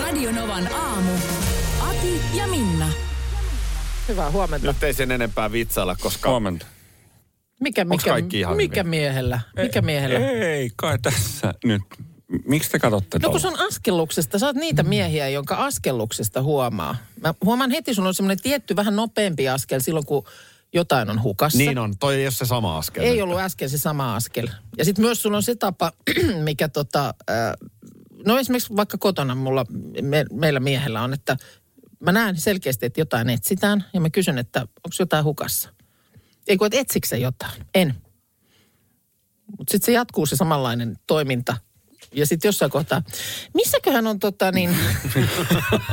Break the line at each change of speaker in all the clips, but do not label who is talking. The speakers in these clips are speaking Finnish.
Radionovan aamu. Ati ja Minna.
Hyvää huomenta.
Nyt ei sen enempää vitsailla, koska
Huomenta.
Mikä,
Onks
mikä,
kaikki ihan
mikä
hyvin? Eh,
miehellä? Mikä miehellä?
Ei kai tässä nyt. Miksi te katsotte
No
tuolla?
kun se on askelluksesta, sä oot niitä
Mm-hmm.
miehiä, jonka askelluksesta huomaa. Mä huomaan heti, sun on semmoinen tietty vähän nopeampi askel silloin, kun jotain on hukassa.
niin on. Toi ei ole se sama askel.
Ei
nyt.
ollut äsken se sama askel. Ja sitten myös sulla on se tapa, mikä tota, äh, no esimerkiksi vaikka kotona mulla, me, meillä miehellä on, että mä näen selkeästi, että jotain etsitään ja mä kysyn, että onko jotain hukassa. Ei kun, että etsikö se jotain? En. Mutta sitten se jatkuu se samanlainen toiminta. Ja sitten jossain kohtaa, missäköhän on tota niin...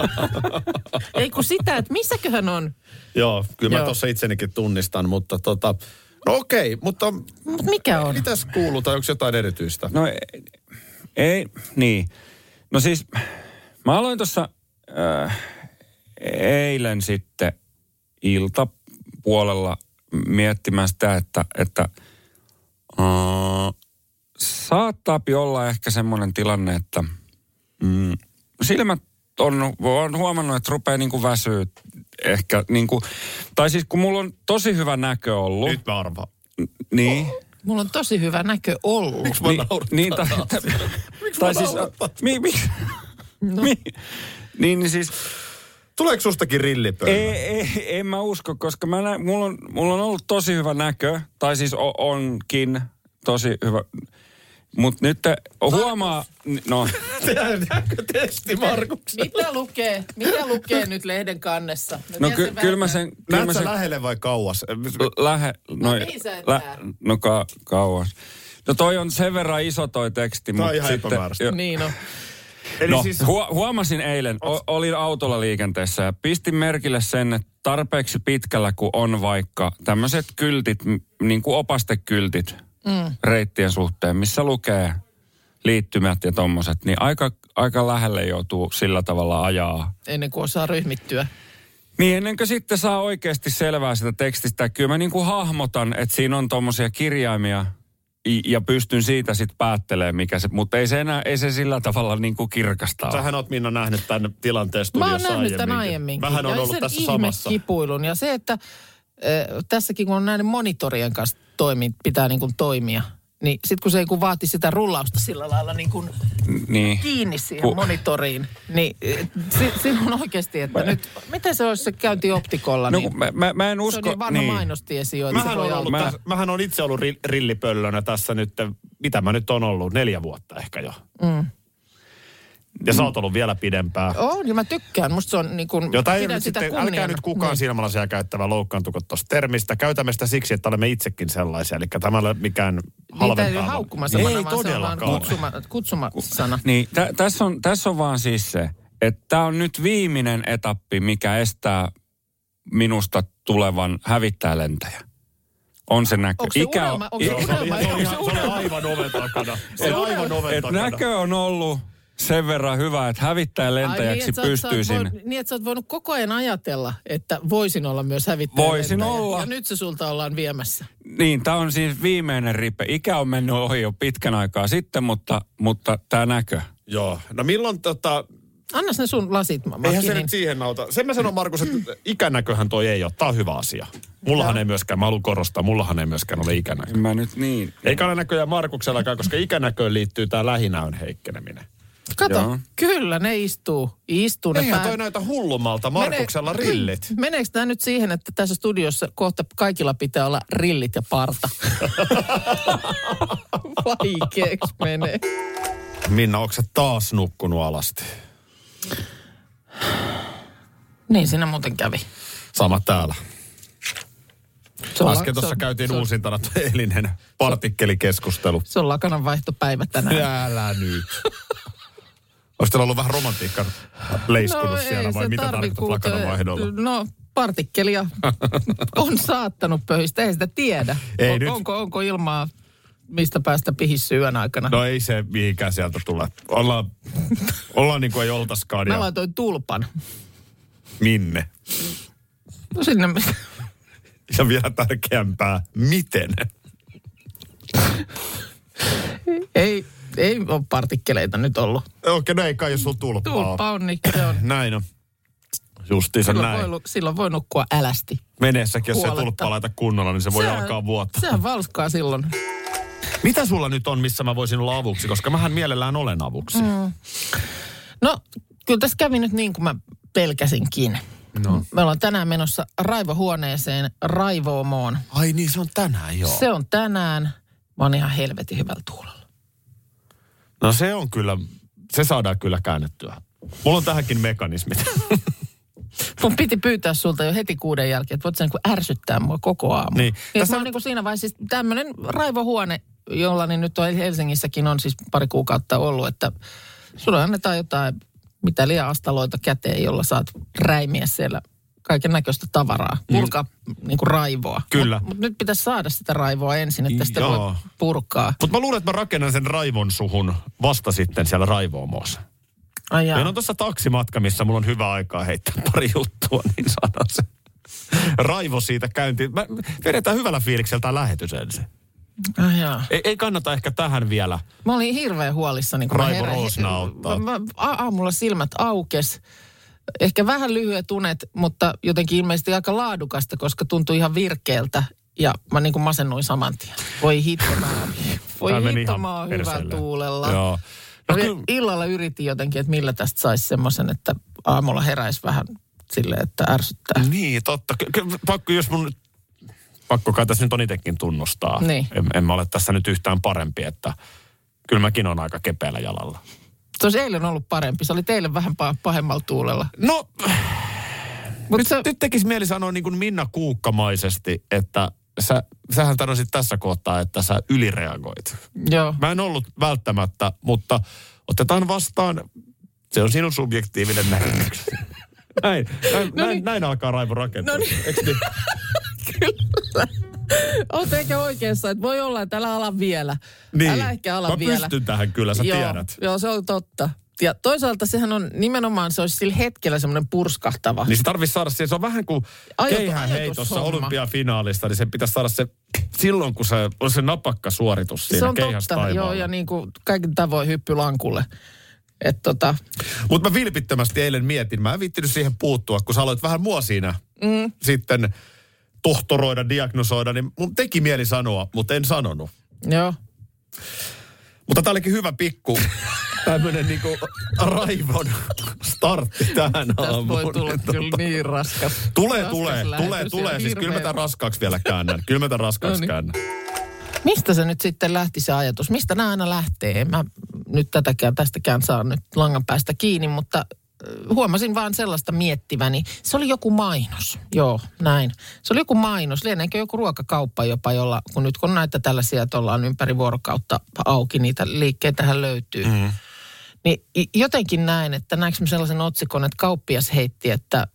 Ei kun sitä, että missäköhän on.
Joo, kyllä mä
Joo.
tuossa itsenikin tunnistan, mutta tota... No okei, mutta
Mutta mikä on?
mitäs kuuluu tai onko jotain erityistä?
No ei, ei, niin. No siis, mä aloin tuossa äh, eilen sitten iltapuolella miettimään sitä, että, että äh, saattaapi olla ehkä semmoinen tilanne, että mm, silmät on, on huomannut, että rupeaa niinku väsyä ehkä niinku, tai siis kun mulla on tosi hyvä näkö ollut,
Nyt mä arvaan.
niin.
Mulla on tosi hyvä näkö ollut.
Mä
Niin,
naurattaa
niin tai, tai, tai siis, mi, mi, no. mi, niin, niin siis,
Tuleeko sustakin rillipöydä?
ei, ei, en mä usko, koska mä nä, mulla, on, mulla on ollut tosi hyvä näkö, tai siis o, onkin tosi hyvä, mutta nyt te- huomaa, no
Tehdäänkö testi Markukselle?
Mitä lukee? Mitä lukee nyt lehden kannessa? Mä
No
tiedän
ky,
sen
kyllä mä
vähän.
sen... Kyllä
Näet
mä
sä
sen
lähelle vai kauas?
lähe, no,
niin sä et näe.
no ka, kauas. No toi on sen verran iso toi teksti.
Tää on
mut
ihan
sitten-
epämääräistä.
jo-
Niin no.
Eli
no,
siis...
siis... huo- huomasin eilen, o- olin autolla liikenteessä ja pistin merkille sen, että tarpeeksi pitkällä kun on vaikka tämmöiset kyltit, m- niin kuin opastekyltit mm. reittien suhteen, missä lukee liittymät ja tommoset, niin aika, aika lähelle joutuu sillä tavalla ajaa.
Ennen kuin osaa ryhmittyä.
Niin ennen kuin sitten saa oikeasti selvää sitä tekstistä, kyllä mä niin kuin hahmotan, että siinä on tommosia kirjaimia i- ja pystyn siitä sitten päättelemään, mikä se, mutta ei se enää, ei se sillä tavalla niin kuin kirkastaa.
Sähän oot Minna nähnyt tämän tilanteen
Mä oon
studiossa
nähnyt tämän aiemminkin.
Vähän on
ja
ollut
sen
tässä
ihme
samassa.
kipuilun. Ja se, että ö, tässäkin kun on näiden monitorien kanssa toimi, pitää niin kuin toimia, niin sit kun se ei kun vaati sitä rullausta sillä lailla niin kuin
Niin.
kiinni siihen
Ku-
monitoriin, niin e, si, silloin oikeasti, että nyt, miten se olisi se käynti optikolla,
No,
niin
kun mä, mä, mä en
se
usko...
on niin vanha niin. mainostiesijoita.
Mähän on, ollut
Mä-
mä... mähän on itse ollut ri- rillipöllönä tässä nyt, mitä mä nyt on ollut, neljä vuotta ehkä jo. Mm. Ja sä oot ollut vielä pidempään.
On, ja Oh, mä tykkään. Musta se on niin kuin,
Jota ei
Mm. pidän
nyt
sitä
sitten,
kunniana.
älkää nyt kukaan niin. silmälasia käyttävä loukkaantuko tuosta termistä. Käytämme sitä siksi, että olemme itsekin sellaisia. Eli tämä ei ole mikään
Niitä Niin, ei ole
halventava.
haukkumasana, vaan
ei
se on vaan
todellakaan.
kutsuma, kutsumasana.
Niin, tä, tässä on, täs on vaan siis se, että tämä on nyt viimeinen etappi, mikä estää minusta tulevan hävittäjälentäjä. On se näkö.
Onko se unelma? Onko se
i-
Se oli,
unelma?
ihan- se oli, ihan-
Onko
se oli aivan oven takana. Se oli aivan oven
et
takana.
näkö on ollut sen verran hyvä, että
Ai niin,
hävittäjälentäjäksi
että sä oot- sä oot
pystyisin.
voinut- Niin, että sä oot voinut koko ajan ajatella, että voisin olla myös hävittäjä.
Voisin olla.
Ja nyt se sulta ollaan viemässä.
Niin, tämä on siis viimeinen ripe. Ikä on mennyt ohi jo pitkän aikaa sitten, mutta, mutta tämä näkö.
Joo. No milloin tota...
Annas ne sun lasit, mä
Eihän se
makihin.
nyt siihen auta. Sen mä sanon, Markus,
Mm.
että ikänäköhän toi ei ole. Tämä on hyvä asia. Mullahan ei myöskään, mä haluan korostaa, mullahan ei myöskään ole ikänäkö.
En Mä nyt niin.
Eikä ole näköjään Markuksellakaan, koska ikänäköön liittyy tämä lähinäön heikkeneminen.
Kato,
Joo.
kyllä ne istuu. Istuu ne
Eihän
päät-
toi näytä hullumalta Markuksella
Mene-
rillit.
Meneekö tämä nyt siihen, että tässä studiossa kohta kaikilla pitää olla rillit ja parta? Vaikeeks menee.
Minna, onko sä taas nukkunut alasti?
Niin siinä muuten kävi.
Sama täällä.
Se on,
Äsken tuossa
se on-
käytiin
se on-
uusintana tuo eilinen partikkelikeskustelu.
Se on lakananvaihtopäivä tänään.
Älä nyt. Olisi teillä ollut vähän romantiikka leiskunut no, siellä vai
se
mitä
tarvi
tarkoitat
kuuntele-
lakanan vaihdolla?
No partikkelia on saattanut pöhistä, ei sitä tiedä.
Ei
on,
nyt.
onko, onko ilmaa, mistä päästä pihissyy yön aikana?
No ei se mihinkään sieltä tule. Ollaan, ollaan niin kuin ei oltaskaan
Mä
ja
laitoin tulpan.
minne.
No sinne, missä-
Ja vielä tärkeämpää, miten?
ei, ei ole partikkeleita nyt ollut.
Okei, no ei kai, jos sulla tulppaa. on.
Tulppa on, niin se on.
Näin on. Justiinsa
Silloin voi,
näin.
lu- silloin voi nukkua älästi.
Veneessäkin, jos se
Huoletta.
tulppaa laita kunnolla, niin se voi
Sehän-
alkaa vuotta.
Sehän valskaa silloin.
Mitä sulla nyt on, missä mä voisin olla avuksi? Koska mähän mielellään olen avuksi. Mm.
No, kyllä tässä kävi nyt niin kuin mä pelkäsinkin. No. Me ollaan tänään menossa raivohuoneeseen raivoomoon.
Ai niin, se on tänään joo.
Se on tänään. Mä oon ihan helvetin hyvällä tuulella.
No se on kyllä, se saadaan kyllä käännettyä. Mulla on tähänkin mekanismit.
Mun piti pyytää sulta jo heti kuuden jälkeen, että voit sä niinku ärsyttää mua koko aamu.
Niin.
Tässä on niinku siinä vaiheessa siis tämmöinen raivohuone, jolla niin nyt on Helsingissäkin on siis pari kuukautta ollut, että sulle annetaan jotain mitä liian astaloita käteen, jolla saat räimiä siellä kaiken näköistä tavaraa, purkaa mm. niinku raivoa.
Niin. Kyllä.
Mutta mut nyt pitäisi saada sitä raivoa ensin, että sitä voi
Joo.
purkaa.
Mutta mä luulen, että mä rakennan sen raivon suhun vasta sitten siellä raivoomossa.
Ai jaa.
Meillä on tuossa taksimatka, missä mulla on hyvä aikaa heittää pari juttua, niin saadaan se raivo siitä käyntiin. Mä, vedetään hyvällä fiiliksellä tämä lähetys ensin.
Ai jaa.
Ei, ei kannata ehkä tähän vielä.
Mä olin hirveän huolissani, kun
Raivo
mä heräsin.
Roosna auttaa.
Mä, mä, a- aamulla silmät aukes. Ehkä vähän lyhyet unet, mutta jotenkin ilmeisesti aika laadukasta, koska tuntui ihan virkeältä. Ja mä niin kuin masennuin saman tien. Voi hitto, mä,
Tää
voi
meni
hitto,
ihan
mä oon hyvä
perseelle.
tuulella.
Joo.
Mä
No
vielä
kyllä-
Illalla yritin jotenkin, että millä tästä saisi semmoisen, että aamulla heräisi vähän sille, että ärsyttää.
Niin, totta. Ky- ky- pakko, jos mun... Pakko kai tässä nyt on itsekin tunnustaa.
Niin.
En, en mä ole tässä nyt yhtään parempi, että kyllä mäkin on aika kepeällä jalalla.
Se olisi eilen ollut parempi. Se oli teille vähän pa- pahemmalla tuulella.
No,
Mutta se,
nyt tekisi mieli sanoa niin kuin Minna Kuukkamaisesti, että sä, sähän sanoisit tässä kohtaa, että sä ylireagoit.
joo.
Mä en ollut välttämättä, mutta otetaan vastaan. Se on sinun subjektiivinen näkemys. Näin, näin, no niin. näin, näin alkaa raivo rakentaa. No niin.
Olet ehkä oikeassa, että voi olla, että älä ala vielä.
niin.
Älä ehkä ala
Mä
vielä.
pystyn tähän kyllä, sä
joo,
tiedät.
Joo, se on totta. Ja toisaalta sehän on nimenomaan, se olisi sillä hetkellä semmoinen purskahtava.
Niin se tarvitsisi saada siihen. Se on vähän kuin
Ajatu-
keihään heitossa
ajatushomma.
olympiafinaalista, niin se pitäisi saada se silloin, kun se on se napakka suoritus siinä
se on
keihästä
totta, joo, ja niin kuin kaikin tavoin hyppylankulle. Et tota,
Mutta mä vilpittömästi eilen mietin, mä en viittinyt siihen puuttua, kun sä aloit vähän mua siinä mm. sitten tohtoroida, diagnosoida, niin mun teki mieli sanoa, mutta en sanonut.
joo.
Mutta tää olikin hyvä pikku tämmönen niinku raivon startti tähän
Tästä
aamuun. tota,
voi tulla kyllä niin raskas.
Tulee,
raskas
tulee,
lähetys No
tulee,
ja
tulee. Siis kyllä mä
hirveä-
tämän raskaaksi vielä käännän. Kyllä mä tämän raskaaksi
Noniin.
käännän.
Mistä se nyt sitten lähti se ajatus? Mistä nämä aina lähtee? En mä nyt tätäkään, tästäkään saa nyt langan päästä kiinni, mutta ö, huomasin vaan sellaista miettiväni. Se oli joku mainos. Joo, näin. Se oli joku mainos. Lieneekö joku ruokakauppa jopa, jolla, kun nyt kun näitä tällaisia, että ollaan ympäri vuorokautta auki, niitä liikkeitähän löytyy. Mm. Niin i- jotenkin näin, että näinkö mä sellaisen otsikon, että kauppias heitti, että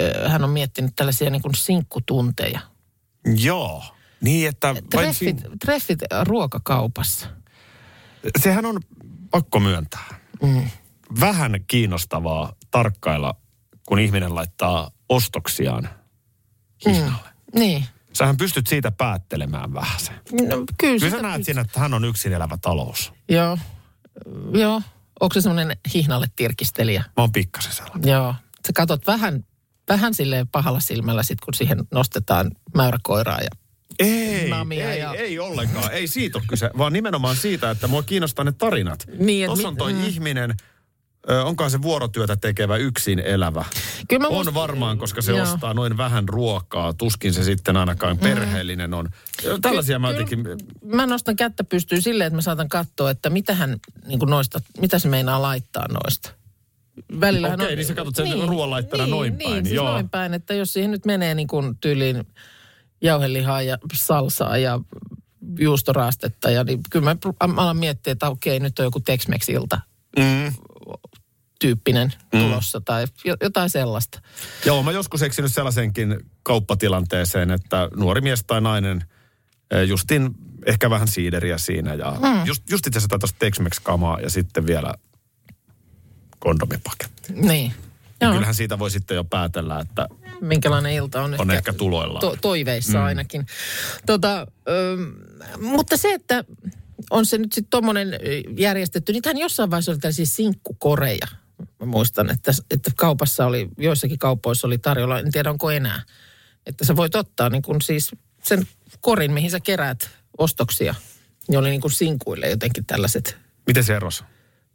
ö, hän on miettinyt tällaisia niin kuin sinkkutunteja.
Joo. Niin, että vain
Treffit,
sin-
treffit ruokakaupassa.
sehän on pakko myöntää.
Mm.
Vähän kiinnostavaa tarkkailla, kun ihminen laittaa ostoksiaan hinnalle. Mm.
Niin.
Sähän pystyt siitä päättelemään vähän se.
No, kyllä,
Kyllä sä
sitä-
näet siinä, että hän on yksin elävä talous.
Joo. Joo. Onko se semmoinen hihnalle tirkistelijä?
Mä oon pikkasen sellainen.
Joo. Sä katot vähän, vähän silleen pahalla silmällä sit, kun siihen nostetaan mäyräkoiraa ja
Ei,
Namia
ei,
ja-
ei ollenkaan. Ei siitä ole kyse, vaan nimenomaan siitä, että mua kiinnostaa ne tarinat.
Niin, et
Tuossa on
mit-
toi ihminen, ö, onkohan se vuorotyötä tekevä yksin elävä.
Kyllä mä
On
muistan-
varmaan, koska se
Joo. Mm.
ostaa noin vähän ruokaa. Tuskin se sitten ainakaan perheellinen on. Ö, Tällaisia mä
Kyllä-
jotenkin...
Mä nostan kättä pystyyn silleen, että mä saatan katsoa, että mitä hän niin kuin noista, mitä se meinaa laittaa noista. Välillähän
Okei,
on,
niin sä katsot sen ruoanlaittona
niin,
noin päin,
Niin, siis
joo.
noin päin, että jos siihen nyt menee niin kuin tyyliin jauhelihaa ja salsaa ja juustoraastetta, ja niin kyllä mä pr- alan miettiä, että okei, nyt on joku tex ilta
Mm.
tyyppinen mm. tulossa tai jo- jotain sellaista.
Joo, mä joskus eksinyt sellaisenkin kauppatilanteeseen, että nuori mies tai nainen, eh, justin ehkä vähän siideriä siinä ja mm. just, just itse asiassa tästä Tex-Mex-kamaa ja sitten vielä kondomipaketti.
Niin.
Joo.
Joo.
Kyllähän siitä voi sitten jo päätellä, että
Minkälainen ilta on,
on ehkä tuloilla.
to, toiveissa mm. ainakin. Tota, ö, mutta se, että on se nyt sitten tuommoinen järjestetty, niin tähän jossain vaiheessa oli tällaisia sinkkukoreja. Mä muistan, että, että kaupassa oli, joissakin kaupoissa oli tarjolla, en tiedä onko enää, että sä voit ottaa niin kun siis sen korin, mihin sä keräät ostoksia. Niin oli niin kuin sinkuille jotenkin tällaiset
Miten se erosi?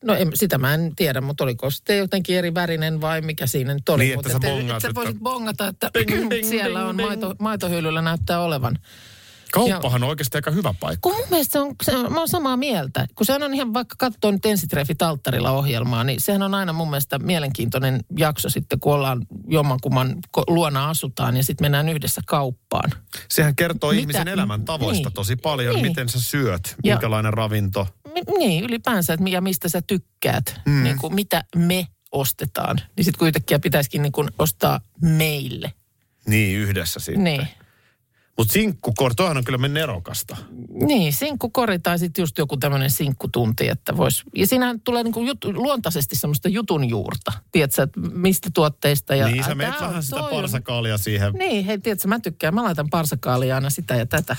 No en, sitä mä en tiedä, mutta oliko sitten jotenkin eri värinen vai mikä siinä nyt oli.
Niin, että
mutta
sä bongaat,
että, sä
että-
voisit bongata, että mm,
Ding, ding,
siellä
ding,
on
ding.
maito, maitohyllyllä näyttää olevan.
Kauppahan on oikeasti aika hyvä paikka.
Kun mun mielestä se on, se on, mä oon samaa mieltä. Kun sehän on ihan, vaikka katsoo nyt ensitreffit alttarilla ohjelmaa, niin sehän on aina mun mielestä mielenkiintoinen jakso sitten, kun ollaan jommankumman ko- luona asutaan ja sitten mennään yhdessä kauppaan.
Sehän kertoo
Mitä?
ihmisen elämän tavoista
Niin.
tosi paljon,
Niin.
miten sä syöt,
Ja-
minkälainen ravinto.
Mi- niin, ylipäänsä, että mi- ja mistä sä tykkäät, mm. niin kuin, mitä me ostetaan. Niin sitten kuitenkin pitäisikin niin kuin ostaa meille.
Niin, yhdessä sitten.
Niin.
Mutta sinkkukor, toihan on kyllä me nerokasta.
Niin, sinkkukori tai sitten just joku tämmöinen sinkkutunti, että vois. Ja siinähän tulee niinku jut, luontaisesti semmoista jutun juurta, tiedätkö, että mistä tuotteista. Ja,
Ja, niin, sä
Ai,
menet
tää on-
vähän sitä
toi on-
parsakaalia siihen.
Niin, hei, tiedätkö, mä tykkään, mä laitan parsakaalia aina sitä ja tätä.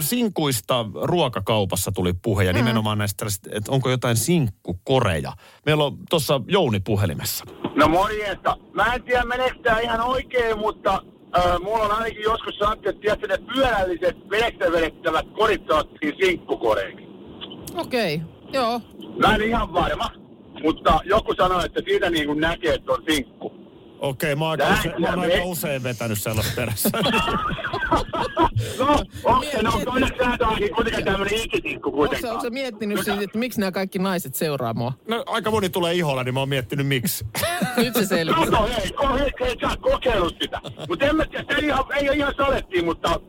Sinkuista ruokakaupassa tuli puhe ja mm. nimenomaan näistä, tällaisista, että onko jotain sinkkukoreja. Meillä on tuossa Jouni puhelimessa.
No morjesta. Mä en tiedä meneekö tää ihan oikein, mutta äh, mulla on ainakin joskus sanottu, että tiedätkö, ne pyörälliset vedestä vedettävät korit sanottiin sinkkukoreiksi.
Okei, joo.
Mä en ihan varma, mutta joku sanoi, että siitä niin kuin näkee, että on sinkku.
Okei, mä oon
Näin, mä oon aika me-
usein vetänyt sellaista perässä.
No, onko se, no onneksi tää on ainakin kuitenkin tämmönen ikisinkku
Onko
kuitenkaan.
sä miettinyt siitä, että miksi nämä kaikki naiset seuraa mua?
no, aika moni tulee iholla, niin mä oon miettinyt miksi.
Nyt se
No,
selviää.
no hei, ko- hei, hei, sä oot kokeillut sitä. Mutta en mä tiedä, se ei, ihan, ei ole ihan salettiin, mutta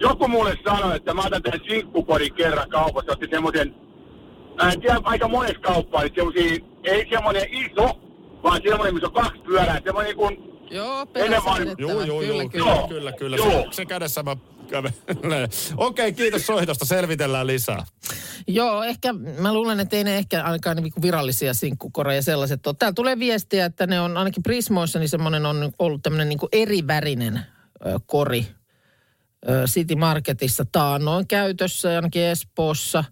joku mulle sanoi, että mä otan tämän sinkkukodin kerran kaupassa, otti semmoisen, mä en tiedä, aika monessa kauppaa, niin semmosia, ei semmoinen iso, vaan semmoinen, missä on kaksi pyörää, semmoinen kuin
Joo,
Ennen
perässä
vaan-
vedettävä.
Joo, joo,
kyllä,
joo,
kyllä.
kyllä, kyllä, kyllä.
Joo.
Se, se kädessä mä kävelen. Okei, kiitos soitosta, selvitellään lisää.
Joo, ehkä mä luulen, että ei ne ehkä ainakaan niinku virallisia sinkkukoreja sellaiset ole. Täällä tulee viestiä, että ne on ainakin Prismoissa, niin semmoinen on ollut tämmöinen niinku erivärinen ö, kori ö, City Marketissa taannoin käytössä, ainakin Espoossa.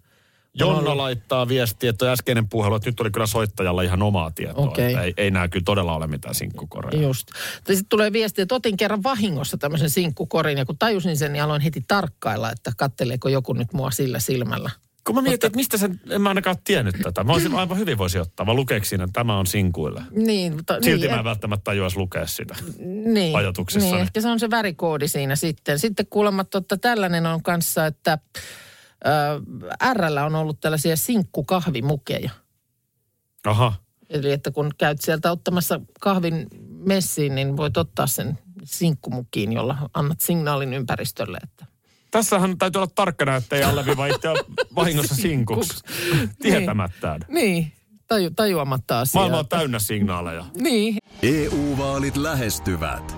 Jonna laittaa viestiä, että äskeinen puhelu, että nyt oli kyllä soittajalla ihan omaa tietoa.
Okei.
Että Ei, ei nämä kyllä todella ole mitään sinkkukoreja.
Just. Sitten tulee viesti, että otin kerran vahingossa tämmöisen sinkkukorin ja kun tajusin sen, niin aloin heti tarkkailla, että katteleeko joku nyt mua sillä silmällä.
Kun mä mietin, että mistä sen, en mä ainakaan tiennyt tätä. Mä olisin aivan hyvin voisi ottaa, vaan lukeeko siinä, että tämä on sinkuille.
Niin, mutta,
Silti
niin,
mä
et-
en välttämättä tajuaisi lukea sitä.
niin,
ajatuksessani.
Niin, ehkä se on se värikoodi siinä sitten. Sitten kuulemma totta tällainen on kanssa, että ö, Rllä on ollut tällaisia sinkkukahvimukeja.
Aha.
Eli että kun käyt sieltä ottamassa kahvin messiin, niin voit ottaa sen sinkkumukiin, jolla annat signaalin ympäristölle, että
Tässähän täytyy olla tarkkana, että ei alleviiva itseä vahingossa sinkuksi. Tietämättään.
Niin, taju, tajuamatta asiaa.
Maailma on täynnä signaaleja.
Niin,
EU-vaalit E lähestyvät.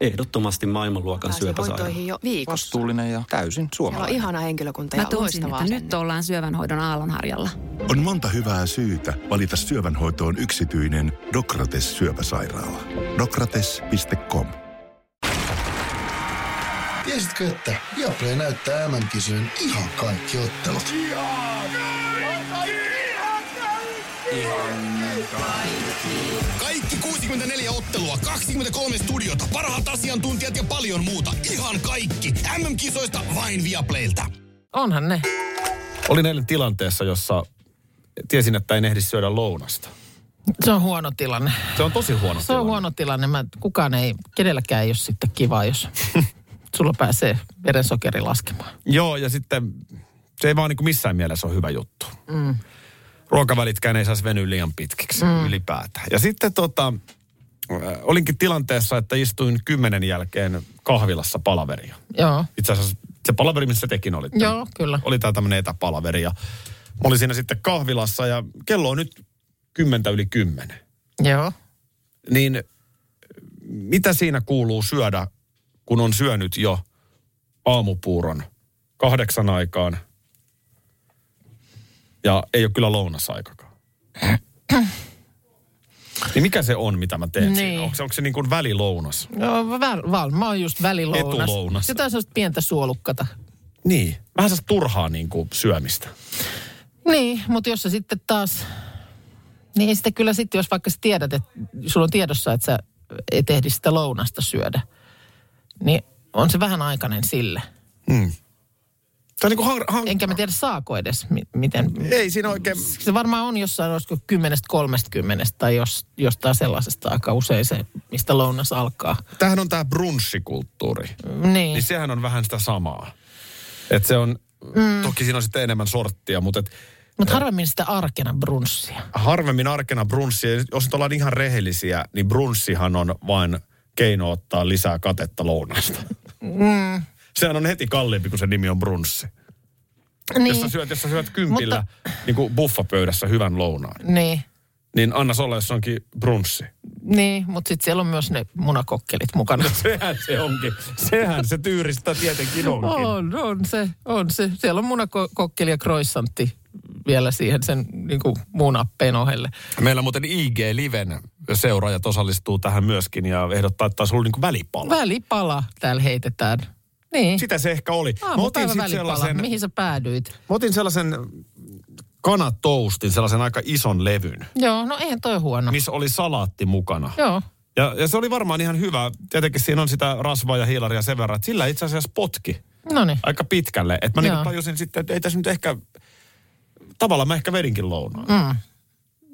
Ehdottomasti maailmanluokan syöpäsairaala.
hoitoihin jo viikossa.
Vastuullinen ja täysin
Siellä on
suomalainen.
ihana henkilökunta
Mä
ja
toisin,
loistavaa
että nyt
asennetta.
ollaan syövänhoidon aallonharjalla.
On monta hyvää syytä valita syövänhoitoon yksityinen Dokrates syöpäsairaala. Dokrates.com
Tiesitkö, että Viaplay näyttää MM-kisojen ihan kaikki ottelut?
Kaikki 64 ottelua, 23 studiota, parhaat asiantuntijat ja paljon muuta. Ihan kaikki. MM-kisoista vain Viaplaylta.
onhan ne.
Olin eilen tilanteessa, jossa tiesin, että en ehdi syödä lounasta.
Se on huono tilanne.
Se on tosi huono
Se on huono tilanne. Mä, kukaan ei, kenelläkään ei ole sitten kivaa, jos sulla pääsee verensokeri laskemaan.
Joo, ja sitten se ei vaan niin kuin missään mielessä ole hyvä juttu. Mm. Ruokavälitkään ei saisi venyä liian pitkiksi mm. ylipäätään. Ja sitten tota, äh, olinkin tilanteessa, että istuin kymmenen jälkeen kahvilassa palaveria.
Joo,
Itse asiassa se palaveri, missä tekin olit.
Joo, kyllä.
Oli tää tämmöinen etäpalaveri ja mä olin siinä sitten kahvilassa ja kello on nyt kymmentä yli kymmenen.
joo.
Niin mitä siinä kuuluu syödä, kun on syönyt jo aamupuuron kahdeksan aikaan ja ei ole kyllä lounasaikakaan? Niin mikä se on, mitä mä teen niin. siinä?
Niin.
Onko se, onko se niin kuin välilounas?
Joo, väl, val, mä oon just välilounas.
Etulounas.
Jotain sellaista pientä suolukkata.
Niin. Vähän sellaista turhaa niin kuin syömistä.
Niin, mutta jos sä sitten taas... Niin ei sitä kyllä sitten, jos vaikka sä tiedät, että sulla on tiedossa, että sä et ehdi sitä lounasta syödä, niin on se vähän aikainen sille.
Tämä on niin kuin hank- hank-
Enkä mä tiedä saako edes, mi- miten...
Ei siinä oikein...
Se varmaan on jossain, olisiko 10-30 tai jos, jostain sellaisesta aika usein se, mistä lounas alkaa.
Tämähän on tämä brunssikulttuuri.
Niin,
Niin sehän on vähän sitä samaa. Että se on... Mm. Toki siinä on sitten enemmän sorttia, mutta et
mutta harvemmin sitä arkena brunssia.
harvemmin arkena brunssi, jos nyt ollaan ihan rehellisiä, niin brunssihan on vain keino ottaa lisää katetta lounasta. Mm. Sehän on heti kalliimpi, kun se nimi on brunssi. Niin. Jos sä syöt, jos sä syöt kympillä niin kuin buffapöydässä hyvän lounaan,
Niin,
niin anna se olla, jos se onkin brunssi.
niin mutta sitten siellä on myös ne munakokkelit mukana.
Sehän se onkin. Sehän se tyyristä tietenkin onkin.
On, on se, on se. Siellä on munakokkeli ja croissantti vielä siihen sen niin kuin, muun appeen ohelle.
Meillä muuten IG Liven seuraajat osallistuu tähän myöskin ja ehdottaa, että olisi ollut niin välipala. Vä-
Välipala täällä heitetään. Niin.
Sitä se ehkä oli. Mä otin,
Aamupäivä
sit
välipala.
sellaisen,
Mihin sä päädyit?
mä otin sellaisen kanatoustin, sellaisen aika ison levyn,
Joo, no eihän toi huono.
missä oli salaatti mukana.
Joo.
Ja, ja se oli varmaan ihan hyvä. Tietenkin siinä on sitä rasvaa ja hiilaria sen verran, että sillä itse asiassa potki
No niin.
aika pitkälle. Että mä
Joo.
niin tajusin sitten, että ei tässä nyt ehkä... Tavallaan mä ehkä vedinkin lounaan. Mm.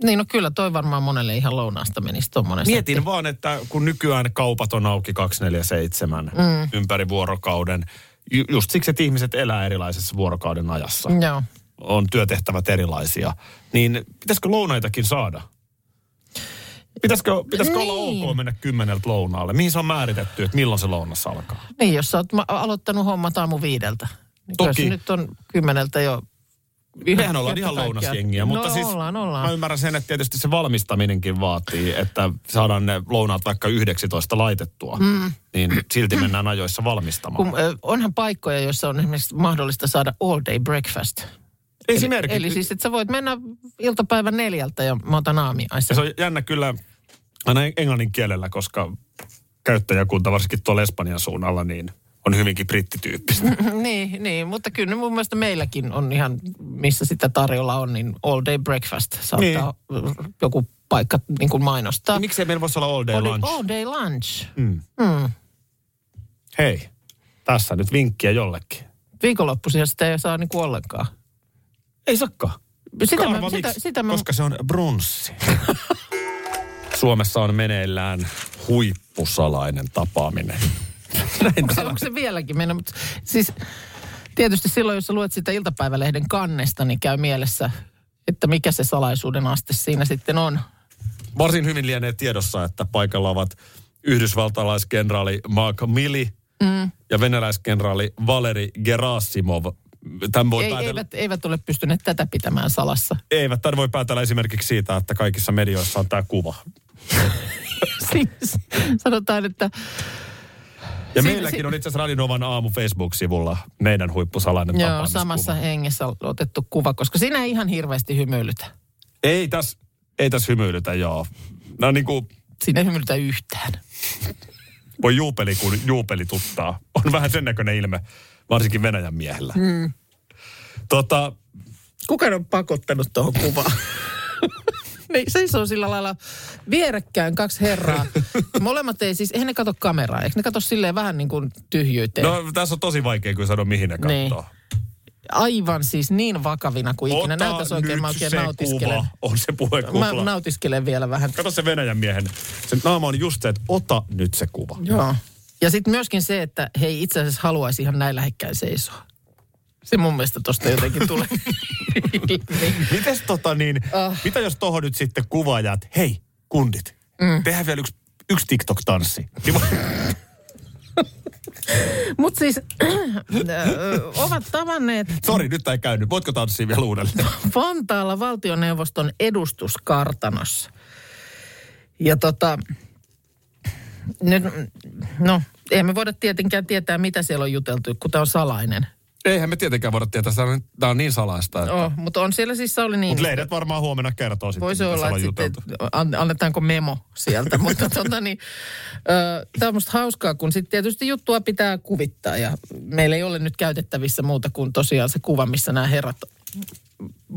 Niin, no kyllä toi varmaan monelle ihan lounaasta menisi tuommoinen.
Mietin vaan, että kun nykyään kaupat on auki 247 mm. ympäri vuorokauden, ju- just siksi, että ihmiset elää erilaisessa vuorokauden ajassa, mm.
setti. Joo.
on työtehtävät erilaisia, niin pitäisikö lounaitakin saada? Pitäisikö, pitäisikö niin. olla
Niin.
ok mennä kymmeneltä lounaalle? Mihin se on määritetty, että milloin se lounas alkaa?
Niin, jos sä oot ma- aloittanut hommat aamu viideltä. Niin kyllä
Toki.
se nyt on kymmeneltä jo...
Mehän ollaan
kerta
ihan
kaikkiaan.
lounasjengiä, mutta
no,
siis
ollaan, ollaan.
mä ymmärrän sen, että tietysti se valmistaminenkin vaatii, että saadaan ne lounaat vaikka 19 laitettua, mm. niin silti mennään ajoissa valmistamaan.
kun, ö, onhan paikkoja, joissa on esimerkiksi mahdollista saada all day breakfast.
Esimerkiksi.
Eli siis, että sä voit mennä iltapäivän neljältä ja mä otan
Ja
aamiaisen.
se on jännä kyllä aina en- englannin kielellä, koska käyttäjäkunta varsinkin tuolla Espanjan suunnalla niin on hyvinkin brittityyppistä.
niin, niin, mutta kyllä mun mielestä meilläkin on ihan, missä sitä tarjolla on, niin all day breakfast saattaa niin. joku paikka niin kuin mainostaa.
Niin Miksei meillä voisi olla all day
Oli
lunch?
All day lunch.
Hei, tässä nyt vinkkiä jollekin.
Viikonloppuisin sitä ei saa niin kuin ollenkaan.
Ei sakkaa.
Sitä
Arva
mä, sitä,
miksi?
sitä mä,
Koska se on brunssi. Suomessa on meneillään huippusalainen tapaaminen. Näin
Se, onko se vieläkin mennä? Mutta siis tietysti silloin, jos sä luet sitä iltapäivälehden kannesta, niin käy mielessä, että mikä se salaisuuden aste siinä sitten on.
varsin hyvin lienee tiedossa, että paikalla ovat yhdysvaltalaiskenraali Mark Milley mm. ja venäläiskenraali Valeri Gerasimov. Tämän voi
Ei,
päätellä,
eivät, eivät ole pystyneet tätä pitämään salassa.
eivät. Tämän voi päätellä esimerkiksi siitä, että kaikissa medioissa on tämä kuva.
Siis sanotaan, että
Ja
Si-
meilläkin
si-
on itse asiassa Radinovan aamu Facebook-sivulla meidän huippusalainen
joo,
tapaamiskuva.
samassa hengessä on otettu kuva, koska siinä ei ihan hirveästi hymyilytä.
Ei tässä ei täs hymyilytä, joo. No niin kuin
Siinä ei hymyilytä yhtään.
voi juupeli, kun juupeli tuttaa. On vähän sen näköinen ilme, varsinkin Venäjän miehellä. Mm. Tota,
Kuka on pakottanut tuohon kuvaan? niin, seisoo sillä lailla vierekkäin kaksi herraa. Molemmat ei siis, eihän ne kato kameraa, eikö ne kato silleen vähän niin kuin tyhjyyteen?
No tässä on tosi vaikea kyllä sanoa, mihin ne katsoo. Niin.
aivan siis niin vakavina kuin ikinä.
Ota
Näytäs oikein, mä
nyt
oikein
se
nautiskelen.
kuva, on se puhekuva.
Mä nautiskelen vielä vähän.
Kato se Venäjän miehen. Sen naama on just se, että ota nyt se kuva.
Joo. Ja sitten myöskin se, että hei itse asiassa haluaisi ihan näin lähekkäin seisoa. Se mun mielestä tosta jotenkin tulee. ilmi.
Mites tota niin,
Ah.
mitä jos tohon nyt sitten kuvaajat, hei kundit, mm. tehdään vielä yksi, yksi TikTok-tanssi. Niin va-
Mut siis äh, ovat tavanneet
Sori, nyt tää ei käynyt. Voitko tanssia vielä uudelleen?
Vantaalla valtioneuvoston edustuskartanossa. Ja tota, nyt, no, eihän me voida tietenkään tietää, mitä siellä on juteltu, kun tämä on salainen.
Eihän me tietenkään voida tietää, tämä on niin salaista. Että...
Oh, mutta on siellä siis Sauli
Mutta
Niinistö.
lehdet varmaan huomenna kertoo sitten,
Voisi
mitä
olla,
siellä
että
on
sitten
juteltu.
an- annetaanko memo sieltä, mutta tota niin, ö, tämä on musta hauskaa, kun sitten tietysti juttua pitää kuvittaa ja meillä ei ole nyt käytettävissä muuta kuin tosiaan se kuva, missä nämä herrat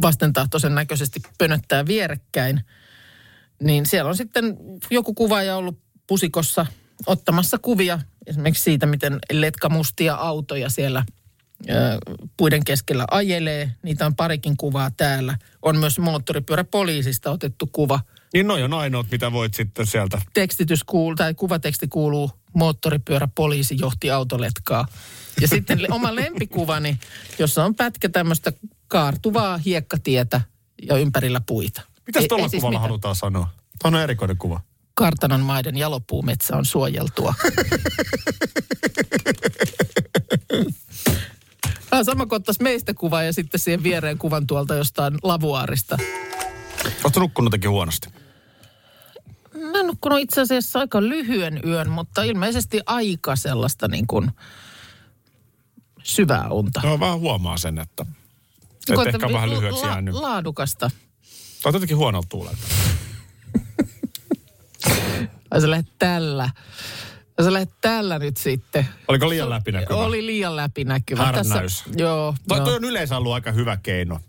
vastentahtoisen näköisesti pönöttää vierekkäin. Niin siellä on sitten joku kuvaaja ollut pusikossa ottamassa kuvia esimerkiksi siitä, miten letkamustia autoja siellä ö, puiden keskellä ajelee. Niitä on parikin kuvaa täällä. On myös moottoripyöräpoliisista otettu kuva.
Niin noi on ainoat, mitä voit sitten sieltä.
Tekstitys kuuluu, tai kuvateksti kuuluu, moottoripyöräpoliisi johti autoletkaa. Ja sitten le- oma lempikuvani, jossa on pätkä tämmöistä kaartuvaa hiekkatietä ja ympärillä puita.
Mitäs
Ei-
tuolla
ei siis
kuvalla
mitään.
halutaan sanoa? Tämä on erikoinen kuva.
Kartanon maiden jalopuumetsä on suojeltua. Tämä on sama kuin ottais meistä kuva ja sitten siihen viereen kuvan tuolta jostain lavuaarista.
Oletko nukkunut jotenkin huonosti?
Mä en nukkunut itse asiassa aika lyhyen yön, mutta ilmeisesti aika sellaista niin kuin syvää unta.
No vähän huomaa sen,
No
että et ehkä on vähän
la-
lyhyeksi
la-
jäänyt.
Laadukasta.
Tai jotenkin huonolta tuulelta.
Ai sä lähdet tällä. Ai sä lähdet tällä nyt sitten.
Oliko liian läpinäkyvä?
Oli No. liian läpinäkyvä.
Härnäys.
joo.
Toi,
joo.
toi on yleensä ollut aika hyvä keino.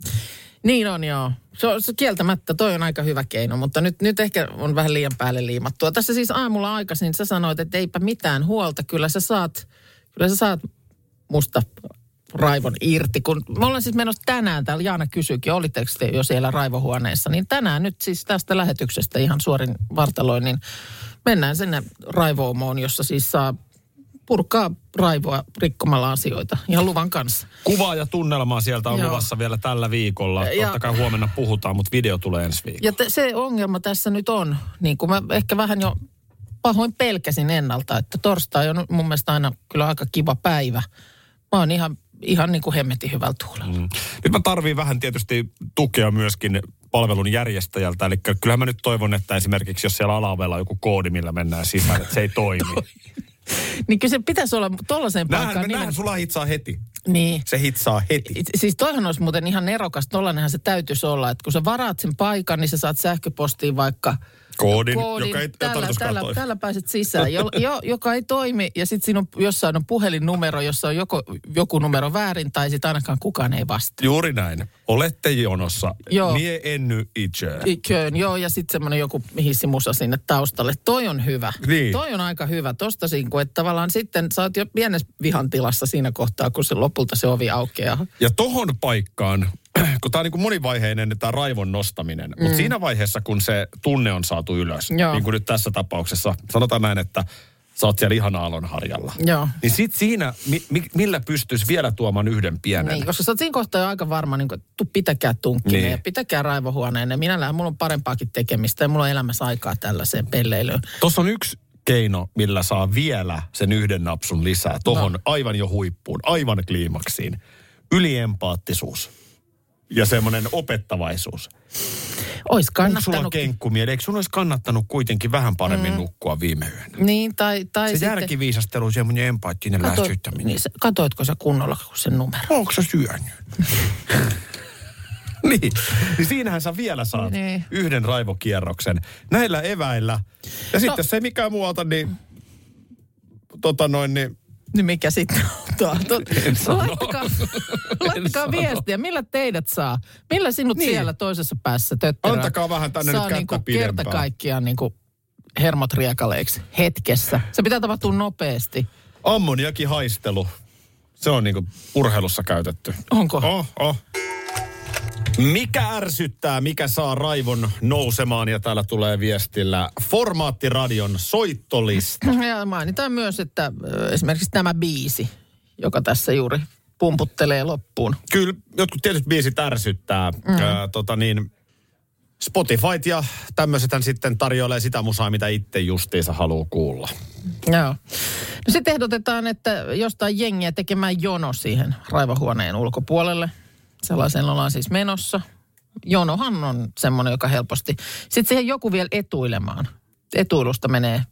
Niin on, joo. Se on se kieltämättä, toi on aika hyvä keino, mutta nyt, nyt ehkä on vähän liian päälle liimattua. Tässä siis aamulla aikaisin sä sanoit, että eipä mitään huolta, kyllä sä saat, kyllä sä saat musta raivon irti. Kun me ollaan siis menossa tänään, täällä Jaana kysyykin, olitteko te jo siellä raivohuoneessa, niin tänään nyt siis tästä lähetyksestä ihan suorin vartaloin, niin mennään sinne raivoomoon, jossa siis saa purkaa raivoa rikkomalla asioita ihan luvan kanssa.
Kuvaa ja tunnelmaa sieltä on
Joo.
luvassa vielä tällä viikolla.
Ja-
Totta kai huomenna puhutaan, mutta video tulee ensi viikolla.
Ja t- se ongelma tässä nyt on, niin kuin mä ehkä vähän jo pahoin pelkäsin ennalta, että torstai on mun mielestä aina kyllä aika kiva päivä. Mä oon ihan, ihan niin kuin hemmetin hyvällä tuulella. Mm.
Nyt mä tarviin vähän tietysti tukea myöskin palvelun järjestäjältä. Eli kyllähän mä nyt toivon, että esimerkiksi jos siellä alavella on joku koodi, millä mennään sisään, että se ei toimi.
Niin kyllä se pitäisi olla tollaiseen
Nähän,
paikkaan.
nähän sulla hitsaa heti.
niin.
Se hitsaa heti.
It- Siis toihan olisi muuten ihan nerokas, tollanenhan se täytyisi olla, että kun sä varaat sen paikan, niin sä saat sähköpostiin vaikka
Koodin,
koodin,
Niin, joka ei
tällä,
tarkoituskaan
tällä,
toimi.
tällä pääset sisään, jo, jo, joka ei toimi. Ja sitten siinä on jossain on puhelinnumero, jossa on joko, joku numero väärin tai sitten ainakaan kukaan ei vastaa.
Juuri näin. Olette jonossa.
Joo.
Mie enny itse.
Köön, joo, ja sitten semmoinen joku hissimusa sinne taustalle. Toi on hyvä.
Niin.
Toi on aika hyvä. Tosta sinku, että tavallaan sitten sä oot jo pienessä vihan tilassa siinä kohtaa, kun se lopulta se ovi aukeaa.
Ja tohon paikkaan, kun tämä on niin monivaiheinen tämä raivon nostaminen, mm. mutta siinä vaiheessa, kun se tunne on saatu ylös,
Joo.
niin kuin nyt tässä tapauksessa, sanotaan näin, että sä oot siellä ihana aallonharjalla.
Joo.
Niin sit siinä, mi, mi, millä pystyisi vielä tuomaan yhden pienen.
Niin, koska sä oot siinä kohtaa jo aika varma, niin kuin, että tu- pitäkää tunkkinen
Niin.
niin. ja pitäkää raivohuoneen. Ja minä lähden, mulla on parempaakin tekemistä ja mulla on elämässä aikaa tällaiseen pelleilyyn.
Tuossa on yksi keino, millä saa vielä sen yhden napsun lisää tohon no. aivan jo huippuun, aivan kliimaksiin. Yliempaattisuus ja semmoinen opettavaisuus.
Ois
Onko sulla
kannattanut.
kenkkumieli? Eikö sun olisi kannattanut kuitenkin vähän paremmin mm. nukkua viime yönä?
Niin, tai, tai
se
sitten...
järkiviisastelu, semmoinen empaattinen
Kato-
lähestyttäminen.
niin, sä- katoitko sä kunnolla kun sen numero?
Onko sä syönyt? niin. niin siinähän sä vielä saat
Niin.
yhden raivokierroksen näillä eväillä.
No.
Ja sitten jos ei mikään muualta, niin tota noin, niin
Niin mikä sitten auttaa? To- laittakaa laittakaa viestiä, millä teidät saa? Millä sinut niin. siellä toisessa päässä tötteröä?
Antakaa vähän tänne
saa
nyt kättä
niinku
pidempään.
kerta kaikkiaan niinku hermot riekaleiksi hetkessä. Se pitää tapahtua nopeasti.
ammoniakin haistelu. Se on niinku urheilussa käytetty.
Onko?
Oh, oh. Mikä ärsyttää, mikä saa raivon nousemaan? Ja täällä tulee viestillä Formaattiradion soittolista.
Ja mainitaan myös, että ö, esimerkiksi tämä biisi, joka tässä juuri pumputtelee loppuun.
Kyllä jotkut tietyt biisit ärsyttää. Mm. Ö, tota niin, Spotifyt ja tämmöisethän sitten tarjoilee sitä musaa, mitä itse justiinsa haluaa kuulla.
Joo. No sitten ehdotetaan, että jostain jengiä tekemään jono siihen raivohuoneen ulkopuolelle. Sellaisen ollaan siis menossa. Jonohan on semmoinen, joka helposti... Sitten siihen joku vielä etuilemaan. Etuilusta menee,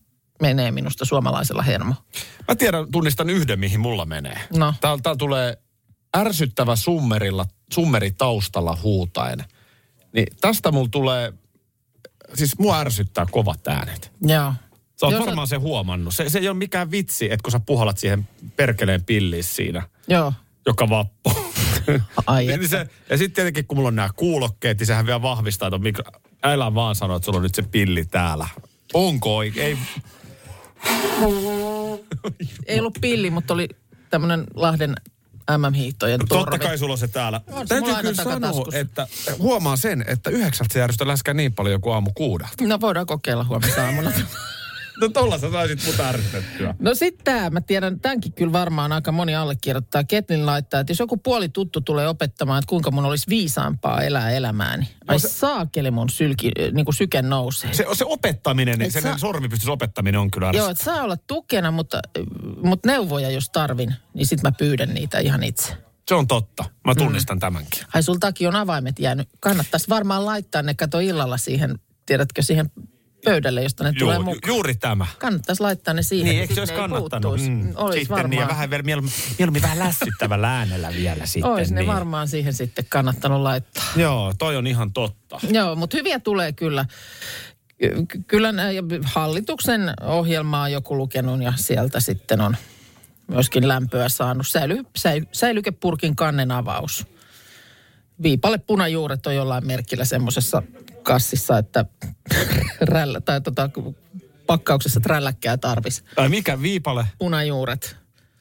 menee minusta suomalaisella hermo.
Mä tiedän, tunnistan yhden, mihin mulla menee.
No.
Täällä, täällä tulee ärsyttävä summerilla, summeri taustalla huutaen. Niin tästä mulla tulee, siis mua ärsyttää kovat äänet.
Joo.
Sä oot
Joo, sä-
varmaan se huomannut. Se, se ei ole mikään vitsi, että kun sä puhalat siihen perkeleen pilliin siinä,
Joo.
joka vappu.
Ai
niin
et.
se, ja sitten tietenkin, kun mulla on nämä kuulokkeet, niin sehän vielä vahvistaa, että mikro... älä vaan sano, että sulla on nyt se pilli täällä. Onko oikein?
No
Ei,
Ei ollut pilli, mutta oli tämmöinen Lahden MM-hiihtojen torvi.
No Totta kai sulla on se täällä.
On se
Täytyy
mulla aina
kyllä sanoa,
takataskussa.
että huomaa sen, että yhdeksältä se järjestö läskää niin paljon kuin aamu kuudelta.
No voidaan kokeilla huomenna aamuna.
No tolla sä saisit mut ärsytettyä.
No sitten tämä, mä tiedän, tämänkin kyllä varmaan aika moni allekirjoittaa. Ketlin laittaa, että jos joku puoli tuttu tulee opettamaan, että kuinka mun olisi viisaampaa elää elämääni. Ai
No se-
saakeli mun sylki, niin kuin syke nousee.
Se, se opettaminen,
Et
sen
sä-
sormipystys opettaminen on kyllä
Joo,
ärsyttävää.
että saa olla tukena, mutta, mutta neuvoja jos tarvin, niin sit mä pyydän niitä ihan itse.
Se on totta.
Mm.
Mä tunnistan tämänkin.
Ai sultakin on avaimet jäänyt. Kannattaisi varmaan laittaa ne kato illalla siihen, tiedätkö, siihen pöydälle, josta ne tulee
Joo, ju-
mukaan.
juuri tämä.
Kannattaisi laittaa ne siihen,
Niin,
niin
eikö se
sit
olisi
ne ei
kannattanut?
puuttuisi. Olisi
Sitten
varmaan.
niin, ja vähän vielä mieluummin, mieluummin vähän lässyttävällä äänellä vielä sitten.
Ois ne
niin.
varmaan siihen sitten kannattanut laittaa.
Joo, toi on ihan totta.
Joo, mutta hyviä tulee kyllä. Ky- Kyllä nää- ja hallituksen ohjelmaa on joku lukenut ja sieltä sitten on myöskin lämpöä saanut. Säily, säily, säilykepurkin kannen avaus. Viipalle punajuuret on jollain merkillä semmoisessa kassissa, että rällä, tai tota, pakkauksessa, että rälläkkää tarvis.
Ai mikä viipale?
Punajuuret.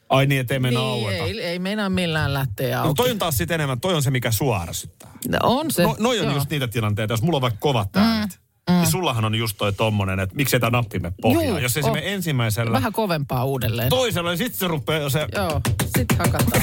Ai niin, ettei mennä
Niin,
aueta.
ei, ei meinaa millään lähteä
No
auki.
toi on taas sitten enemmän, toi on se mikä sua ärsyttää.
No, on se.
No, noi on
joo.
just niitä tilanteita, jos mulla on vaikka kovat äänet. Mm. Niin sullahan on just toi tommonen, että miksei tämä nappi mene pohjaan.
Juu,
jos ei se
on.
mene ensimmäisellä,
Vähän kovempaa uudelleen.
toisella, niin sitten se rupeaa se...
Joo, sit hakataan.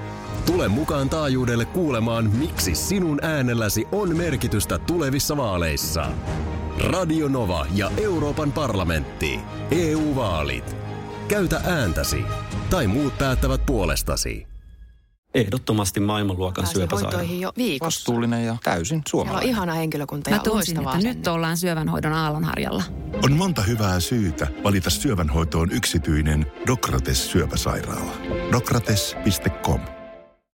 Tule mukaan taajuudelle kuulemaan, miksi sinun äänelläsi on merkitystä tulevissa vaaleissa. Radio Nova ja Euroopan parlamentti. EU-vaalit. Käytä ääntäsi. Tai muut päättävät puolestasi.
Ehdottomasti maailmanluokan syöpäsairaala.
jo viikossa.
Vastuullinen ja täysin
Meillä on ihana henkilökunta
Mä
ja
tunsin,
loistavaa
että nyt ollaan syövänhoidon aallonharjalla.
On monta hyvää syytä valita syövänhoitoon yksityinen Dokrates syöpäsairaala. Dokrates.com